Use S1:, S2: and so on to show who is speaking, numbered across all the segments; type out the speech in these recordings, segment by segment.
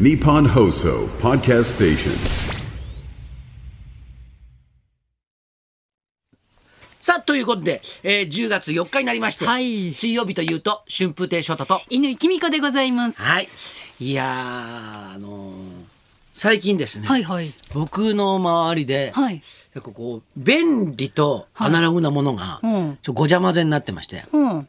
S1: Nippon Hoso Podcast Station.
S2: さあ、ということで、えー、10月4日になりまして、
S3: はい
S2: 水曜日というと、春風亭昇太と、
S3: 犬きみこでございます。
S2: はい。いやー、あのー最近ですね、
S3: はいはい
S2: 僕の周りで、
S3: はい
S2: 結構こう、便利とアナログなものが、
S3: うん
S2: ちょっとごちゃ混ぜになってまして、
S3: うん。
S2: はい。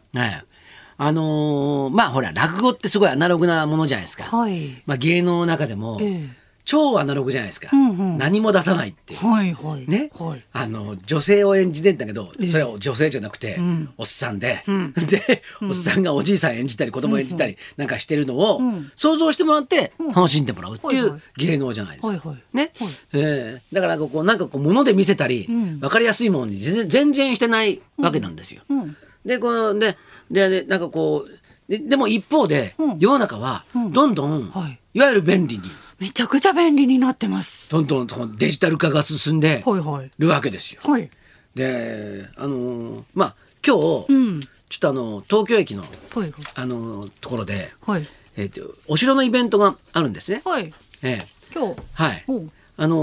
S2: あのーまあほら、落語ってすごいアナログなものじゃないですか。
S3: はい。
S2: まあ芸能の中でも、
S3: ええ
S2: 超アナログじゃないですか。
S3: んうん
S2: 何も出さないっていう。
S3: はいはい。
S2: ね、
S3: はい。
S2: あの女性を演じてんだけど
S3: ええ
S2: それは女性じゃなくて、おっさんで、 で、おっさんがおじいさん演じたり子供演じたりなんかしてるのを
S3: ん
S2: 想像してもらって
S3: ん
S2: 楽しんでもらうってい
S3: はいは
S2: う
S3: い
S2: 芸能じゃないですか。
S3: はいはい
S2: ね、えーだからこうなんかこう物で見せたり、
S3: ん
S2: 分かりやすいものに全然全然してないわけなんですよ。
S3: うん。
S2: でこのでででなんかこうででも一方で、
S3: うん
S2: 世の中はどんどん、
S3: はい
S2: いわゆる便利に
S3: めちゃくちゃ便利になってます。
S2: どんどんこうデジタル化が進んで
S3: はいはい。
S2: るわけですよ。
S3: はい。
S2: であのーまあ今日、
S3: うん
S2: ちょっとあの東京駅の、
S3: はい
S2: あのーところで、
S3: はい。はい。
S2: えーとお城のイベントがあるんですね。
S3: はい。
S2: ええ
S3: 今日。
S2: はい
S3: おう。
S2: あの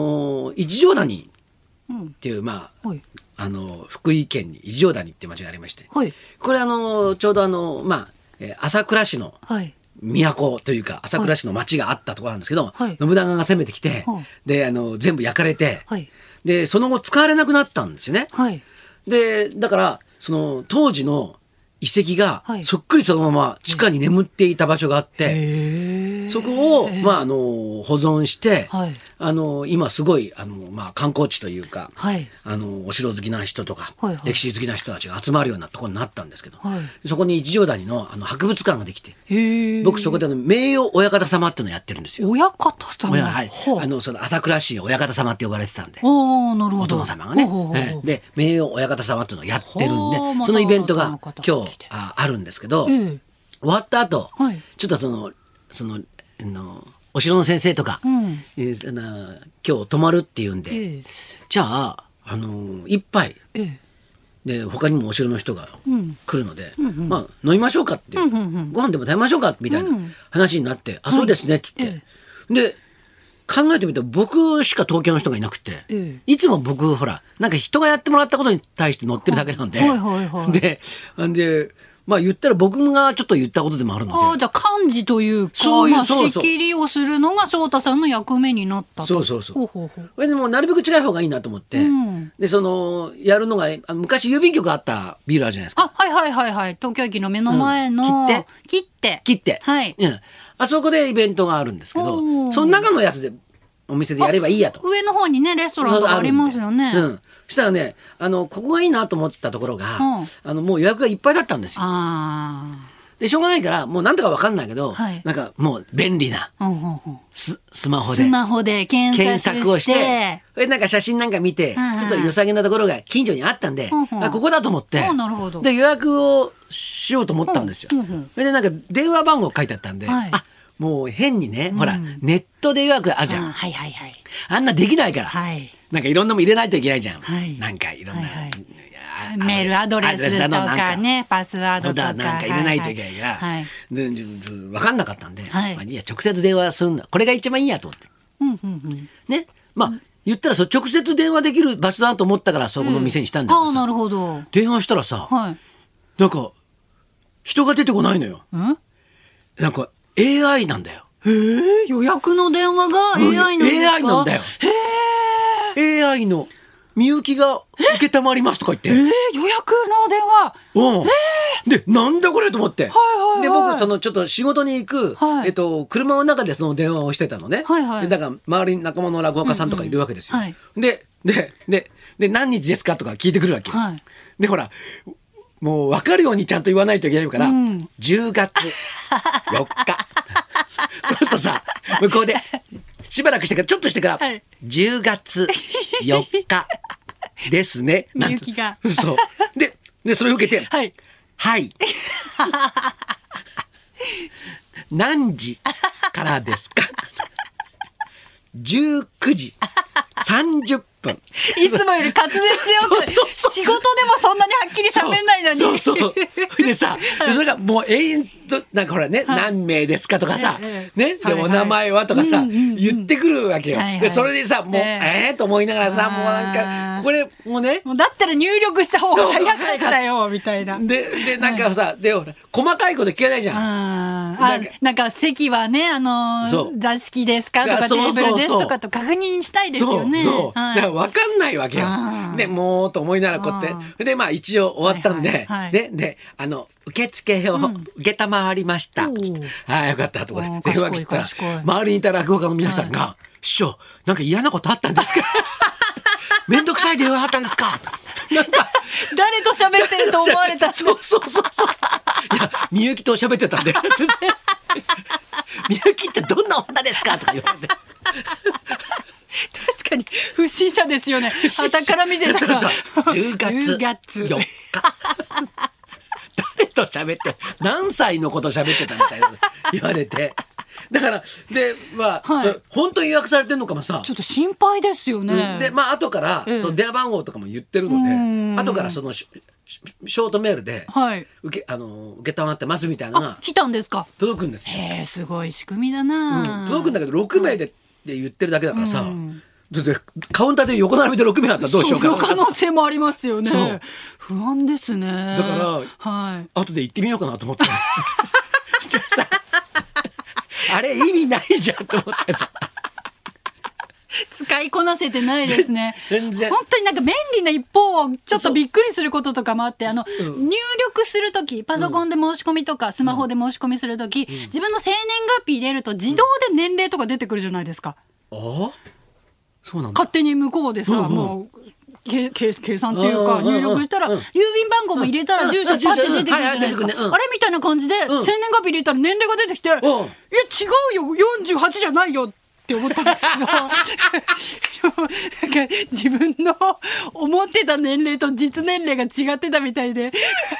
S2: ー一条谷
S3: うん
S2: っ。ていうまあ、
S3: はい。
S2: あのー福井県に一条谷って町がありまして、
S3: はい。
S2: これあのーちょうどあのーまあ、えー朝倉市の
S3: はい。
S2: 都というか朝倉市の町があったところなんですけど、
S3: はい
S2: 信長が攻めてきて、
S3: はい
S2: であのー全部焼かれて、
S3: はい。
S2: でその後使われなくなったんですよね。
S3: はい。
S2: でだからその当時の遺跡が
S3: はい
S2: そっくりそのまま地下に眠っていた場所があって、
S3: ええ。
S2: そこを、まあ、あの保存して、
S3: はい
S2: あの今すごいあの、まあ、観光地というか、
S3: はい
S2: あのお城好きな人とか、
S3: はいはい
S2: 歴史好きな人たちが集まるようなところになったんですけど、
S3: は
S2: そこに一条谷のあの博物館ができて
S3: へえ。
S2: 僕そこであの名誉親方様っていうのをやってるんですよ。
S3: 親方さん。
S2: 親はい、あ
S3: あの。
S2: のその朝倉市親方様って呼ばれてたんで。
S3: ああ、なるほ
S2: お
S3: ど。
S2: 殿様がね
S3: ほうほうほう
S2: ええで名誉親方様っていうのをやってるんで
S3: ほうま
S2: そ
S3: た
S2: のイベント
S3: 新
S2: が
S3: たな方
S2: 今
S3: が
S2: 日
S3: 来て
S2: ああるんですけど、
S3: ええ
S2: 終わった後、
S3: はい
S2: ちょっとそのそのあのお城の先生とか、
S3: うん
S2: えーその今日泊まるっていうんで、
S3: ええ
S2: じゃあ、あの一杯
S3: ええ。
S2: で他にもお城の人が
S3: ん
S2: 来るので、まあ、飲みましょうかっていう、
S3: うんうんうん
S2: ご飯でも食べましょうかみたいな話になって、あそうですねっつって、
S3: え
S2: で考えてみると僕しか東京の人がいなくて、
S3: え
S2: いつも僕ほらなんか人がやってもらったことに対して乗ってるだけなんで、
S3: はいはいはい
S2: でんでまあ言ったら僕がちょっと言ったことでもあるので
S3: ああ、じゃあ漢字というか、
S2: そういう
S3: まあ
S2: そうそう
S3: 仕切りをするのが翔太さんの役目になったと。
S2: そうそうそう
S3: ほうほうほう。
S2: それでもうなるべく違い方がいいなと思って、
S3: うん
S2: でそのやるのがあ昔郵便局あったビールあるじゃないですか
S3: あ、はいはいはいはい。東京駅の目の前の、
S2: うん切って
S3: 切って。
S2: 切って、
S3: はい
S2: うん、あそこでイベントがあるんですけ
S3: お
S2: ど
S3: ー
S2: その中のやつでお店でやればいいやと。
S3: 上の方にね、レストランがありますよ
S2: そ
S3: ね。
S2: うそうあるんでうん、そしたらねあのここがいいなと思ったところが、
S3: うん
S2: あのもう予約がいっぱいだったんですよ。
S3: あ
S2: でしょうがないからもうなんとかわかんないけど、
S3: はい
S2: なんかもう便利な
S3: あ。うんうんうん。
S2: ススマホ
S3: ス
S2: で
S3: マホで検索
S2: 検
S3: して。
S2: 索をしてそれでなんか写真なんか見て、
S3: うんうん
S2: ちょっと良さげなところが近所にあったんで、
S3: うんうん
S2: あここだと思って、
S3: うんなるほど
S2: で予約をしようと思ったんですよ。
S3: うんうんうん
S2: それでなんか電話番号書いてあったんで、
S3: はい
S2: あもう変にね、ほらネットで予約あるじゃん、
S3: あーはいはいはい。
S2: あんなできないから、
S3: はい。
S2: なんかいろんなもん入れないといけないじゃん、
S3: はい
S2: なんかいろんな、
S3: はいはい
S2: あの
S3: メールアドレス
S2: だ
S3: と
S2: のなん
S3: かね、パスワード
S2: ま
S3: と
S2: だ
S3: か。
S2: なんか入れないといけないから、
S3: はいはい。
S2: でちょちょ分かんなかったんで、
S3: はい
S2: まあ、いや直接電話するんだこれが一番いいやと思って
S3: うんうんうん。
S2: ねまあ、言ったらそう直接電話できる場所だと思ったからそこの店にしたんだけ
S3: あ
S2: ど
S3: あ、
S2: さ、
S3: なるほど。
S2: 電話したらさ、
S3: はい。
S2: なんか人が出てこないのよ
S3: ん
S2: なんか AI なんだよ
S3: え予約の電話が AI なんですか
S2: AI なんだよへ AI のみゆきが承りますとか言って、
S3: えー予約の電話
S2: うんでなんだこれと思って、
S3: はいはい
S2: で僕そのちょっと仕事に行く、
S3: はい
S2: えっと、車の中でその電話をしてたのね、
S3: はいはい
S2: でだから周りに仲間の落語家さんとかいるわけですよ、
S3: うんうんはい
S2: でででで何日ですかとか聞いてくるわけ、
S3: はい
S2: でほらもう分かるようにちゃんと言わないといけないから、
S3: うん
S2: 10月4日そうするとさ向こうでしばらくしてからちょっとしてから、
S3: はい
S2: 10月4日ですねなんて
S3: みゆきが
S2: そうででそれを受けて
S3: はい
S2: はい。何時からですか ?19 時30分。
S3: いつもより滑舌よく
S2: そうそうそう
S3: 仕事でもそんなにはっきり喋んないのに
S2: そうそうそうほいでさ、
S3: はい
S2: それがもう永遠となんかほらね、
S3: はい
S2: 何名ですかとかさ、
S3: えええ
S2: ね、
S3: えはい
S2: でも
S3: はい
S2: 名前はとかさ、
S3: うんうんうん
S2: 言ってくるわけよ、
S3: はいはい
S2: でそれでさもう
S3: え
S2: え
S3: え
S2: えと思いながらさもうな
S3: あ
S2: んか
S3: ー
S2: これもうね
S3: もうだったら入力した方が
S2: そう
S3: 早かった よみたいな。
S2: ででなんかさ、でほら細かいこと聞けないじゃん。
S3: あー
S2: な
S3: あ
S2: んか
S3: なんか席はね、あの
S2: そう
S3: ー、座敷ですかとかテ
S2: そう
S3: ーブルで
S2: そうそう
S3: すとかと確認したいですよね。
S2: そうそう、
S3: はい
S2: だから分かんないわけよ
S3: あ。ー
S2: でもうと思いながらこうや
S3: あ
S2: ってでまあ一応終わったんで、
S3: はいはいはい
S2: でであの受付を承りました、
S3: おー
S2: つってああよかったとか
S3: お
S2: で
S3: ー
S2: 電話切ったら
S3: 賢い賢い
S2: 周りにいた落語家の皆さんが「師匠なんか嫌なことあったんです か? 」めんどくさい電話あったんですかなんか
S3: 誰と喋ってると思われ た。
S2: そうそうそうそう。いや、みゆきと喋ってたん で。みゆきってどんな女ですかとか言われて。
S3: 確かに不審者ですよね。はたから見て たら。
S2: 10月
S3: 10月
S2: 4日。誰と喋って、何歳のこと喋ってたみたいな言われて。だから、で、まあ、
S3: はい
S2: それ本当に予約されてんのかもさ
S3: ちょ。っと心配ですよね。
S2: で、まあ、後から、
S3: ええ
S2: その電話番号とかも言ってるの
S3: うん
S2: で、後からそのシシショートメールで、
S3: はい。
S2: 受け、あの、受けたまってますみたいなの
S3: あ
S2: が、
S3: 来たんですか。
S2: 届くんですよ。
S3: へえ、すごい仕組みだな、
S2: 届くんだけど6名でって言ってるだけだからさ、
S3: うん
S2: だってカウンターで横並びで6名あったらどうしようか
S3: その可
S2: な
S3: 能性もありますよね
S2: そう。
S3: 不安ですね。
S2: だから
S3: はい。
S2: 後で行ってみようかなと思ってそしたら さあれ意味ないじゃんと思って さ
S3: 使いこなせてないですね
S2: 全然
S3: 本当になんか便利な一方をちょっとびっくりすることとかもあってあの、
S2: うん
S3: 入力する時パソコンで申し込みとか、スマホで申し込みする時、き自分の生年月日入れると自動で年齢とか出てくるじゃないですか
S2: あそうなんだ
S3: 勝手に向こうでさ、
S2: うんうん
S3: もうけけ計算っていうか
S2: うんうんうん
S3: 入力したら、
S2: うん
S3: 郵便番号も入れた
S2: う
S3: ら
S2: ん
S3: 住所パッて出てくるじゃな
S2: うんはいは
S3: いですか、
S2: い出てくるねうん
S3: あれみたいな感じで、
S2: うん
S3: 生年月日入れたら年齢が出てきて、いや違うよ48じゃないよって思ったんですけどなんか 自分の思ってた年齢と実年齢が違ってたみたいであ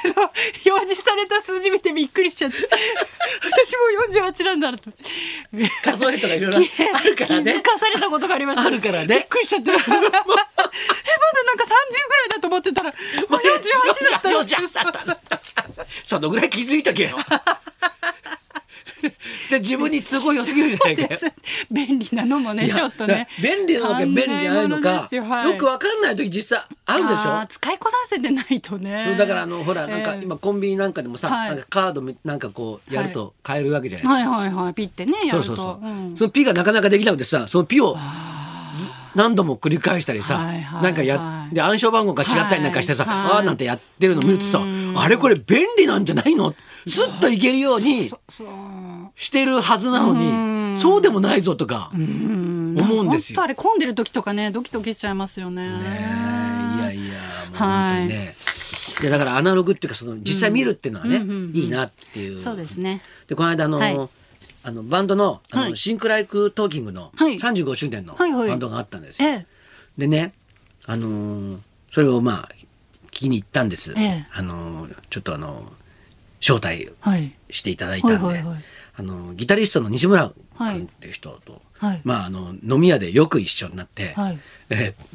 S3: の表示された数字見てびっくりしちゃって私も48なんだと。
S2: 数えとかいろい ろあるから
S3: 気づ
S2: ね
S3: かされたことがありました。
S2: あるからね
S3: びっくりしちゃっ て。え、まだなんか30ぐらいだと思って たら、もう48だった
S2: よじゃそのぐらい気づいと けよじゃあ自分に都合良す ぎるじゃないかよ
S3: 便利なのも
S2: い
S3: ね、
S2: や
S3: ちょっ と
S2: だ
S3: ね
S2: か。ら便利なのか便利じゃないの
S3: 考えも
S2: か
S3: ですよはい
S2: よくわかんない時実際あるでしょ
S3: あー使いこなせてないとね。
S2: そうだからあのほらなんか
S3: ええ
S2: 今コンビニなんかでもさ、
S3: はい
S2: なんかカードみなんかこうやると買えるわけじゃないですか、
S3: はいはいはい、ピッてね、やる
S2: そうそう
S3: と。
S2: そう、
S3: うん
S2: そのピがなかなかできなくてさそのピを何度も繰り返したりさ、
S3: はいはい
S2: なんかや
S3: はい
S2: で暗証番号が違ったりなんかしてさ、
S3: はい
S2: ああなんてやってるの見るとさあれこれ便利なんじゃないのスッといけるように
S3: そう。
S2: してるはずなのにそうでもないぞとか思うん
S3: 本
S2: ですよ
S3: 当あ。れ混んでる時とかね、ドキドキしちゃいますよね。
S2: ねえいやいやもう
S3: は
S2: 本
S3: い
S2: 当にね、い、やだからアナログっていうかその実際見るっていうのはね、
S3: うんうんうんうん
S2: いいなっていう
S3: そうですね。
S2: でこの間あの、
S3: はい
S2: あのバンドのあの、
S3: はい
S2: シンクライクトーキングの
S3: はい
S2: 35周年の
S3: はいはい
S2: バンドがあったんですよ、
S3: ええ。
S2: でね、あのーそれをまあ聞きに行ったんです、
S3: ええ
S2: あのーちょっとあのー招待
S3: はい。
S2: していただいたんで、
S3: はいはいはい
S2: あのーギタリストの西村君っていう人と、
S3: はい
S2: まあ、あの飲み屋でよく一緒になって、
S3: はい
S2: えー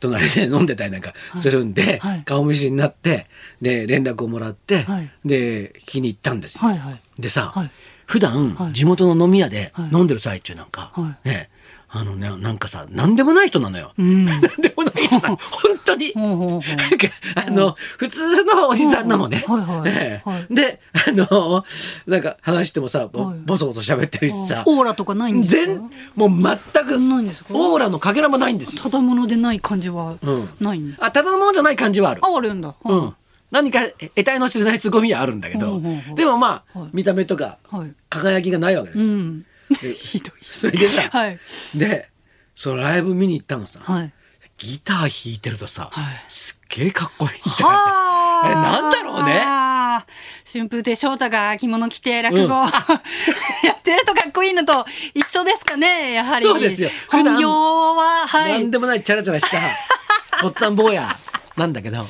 S2: 隣で飲んでたりなんかするんで、
S3: はいはい
S2: 顔見知りになってで連絡をもらって、
S3: はい
S2: で聞きに行ったんですよ。
S3: はいはい。
S2: でさ、
S3: はい
S2: 普段
S3: はい
S2: 地元の飲み屋で
S3: はい
S2: 飲んでる最中なんか、
S3: は
S2: ねあのねなんかさ何でもない人なのよ。
S3: うん。
S2: 何でもない 人なの本当に。
S3: ほうほうほう
S2: なんかあの普通のおじさんなのね。
S3: うんはいはい
S2: ええ
S3: はい
S2: であのなんか話してもさぼ
S3: はい
S2: ボソボソ喋ってるしさ、
S3: オーラとかないんですか
S2: 全もう全く
S3: ないんですか
S2: オーラのかけらもないんですよ。
S3: ただものでない感じは
S2: うん
S3: ない、
S2: あただのものじゃない感じはある。
S3: ああるんだ、はい
S2: うん、何か得体の知れないツッコミはあるんだけど、
S3: うんうんうん
S2: でもまあ、
S3: はい
S2: 見た目とか
S3: はい
S2: 輝きがないわけです
S3: う
S2: よ。
S3: ん
S2: で
S3: ひどい
S2: それでさ、
S3: はい
S2: でそのライブ見に行ったのさ、
S3: はい
S2: ギター弾いてるとさ、
S3: はい
S2: すっげえかっこいいんだよね
S3: は
S2: あれなんだろうね
S3: あー春風亭昇太が着物着て落語、
S2: うん
S3: やってるとかっこいいのと一緒ですかねやはり
S2: そうですよ普段
S3: 本業ははい
S2: な んでもないチャラチャラしたおっさん坊やなんだけど
S3: はい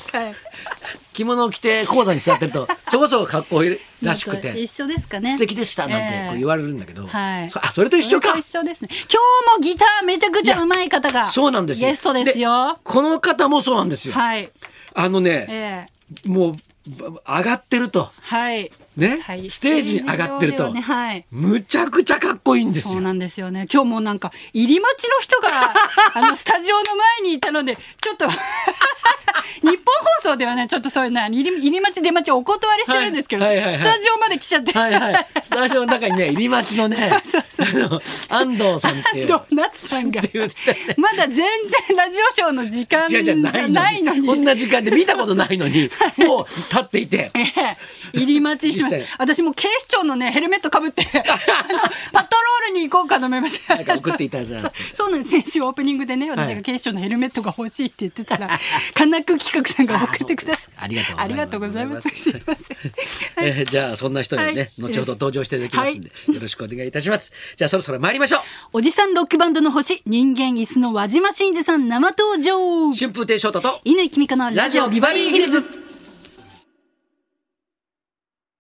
S2: 着物を着て講座に座ってるとそこそこ格好いいらしく
S3: なんか
S2: て
S3: 一緒ですかね。
S2: 素敵でしたなんてこう言
S3: わ
S2: われるんだけど、
S3: はい。
S2: そあそれと一緒
S3: それ
S2: か
S3: と一緒ですね。今日もギターめちゃくちゃ上手い方が
S2: そうなんですよ
S3: ゲストですよ。
S2: この方もそうなんですよ、
S3: はい。
S2: あのね、
S3: ええ
S2: もうば上がってると
S3: はい。
S2: ね、
S3: はい
S2: ステージに上がってる
S3: ステージ上で
S2: と、
S3: はねはい
S2: むちゃくちゃかっこいいんです
S3: そ
S2: よ
S3: うなんですよね。今日もなんか入り待ちの 人があのスタジオの前にいたのでちょっと 日本放送ではねちょっとそういうな入り入り待ち出待ちお断りしてるんですけど、
S2: はいはいはいはい
S3: スタジオまで来ちゃって、
S2: はいはい。スタジオの中にね、入り待ちのね、 あの安藤さんっていう。
S3: ドーナツさんが
S2: って言っちゃっ て
S3: まだ全然ラジオショーの時間
S2: い
S3: じ
S2: やじ
S3: ゃ
S2: ゃないの
S3: な
S2: に
S3: いのに
S2: こんな時間で見たことないの に、もう立っていて。
S3: ええ入り待ちしてま
S2: 実
S3: し
S2: 際
S3: た私もう警視庁のねヘルメット かぶってあのパトロールに行こうかと思いました
S2: なんか送っていただいたん
S3: そ
S2: で
S3: う
S2: す
S3: そうなんです先週オープニングでね私
S2: はい
S3: が警視庁のヘルメットが欲しいって言ってたら 金久企画さんが送ってください
S2: あそうですか
S3: あ
S2: あり
S3: り
S2: が
S3: が
S2: と
S3: と
S2: うご
S3: うご
S2: ざ
S3: ざ
S2: い
S3: い
S2: ま
S3: ますすすいません
S2: えーじゃあ、そんな人にね、
S3: はい
S2: 後ほど登場していただきますんで、よろしくお願いいたします。じゃあ、そろそろ参りましょう。
S3: おじさんロックバンドの星人間椅子の輪島真司さん生登場
S2: 春風亭昇太と、
S3: 乾きみかのラ
S2: ラジ
S3: ジ
S2: オ
S3: オ
S2: ビ
S3: ビ
S2: バ
S3: バ
S2: リー
S3: リ
S2: ヒ
S3: ーヒ
S2: ル
S3: ル
S2: ズ
S3: ズ。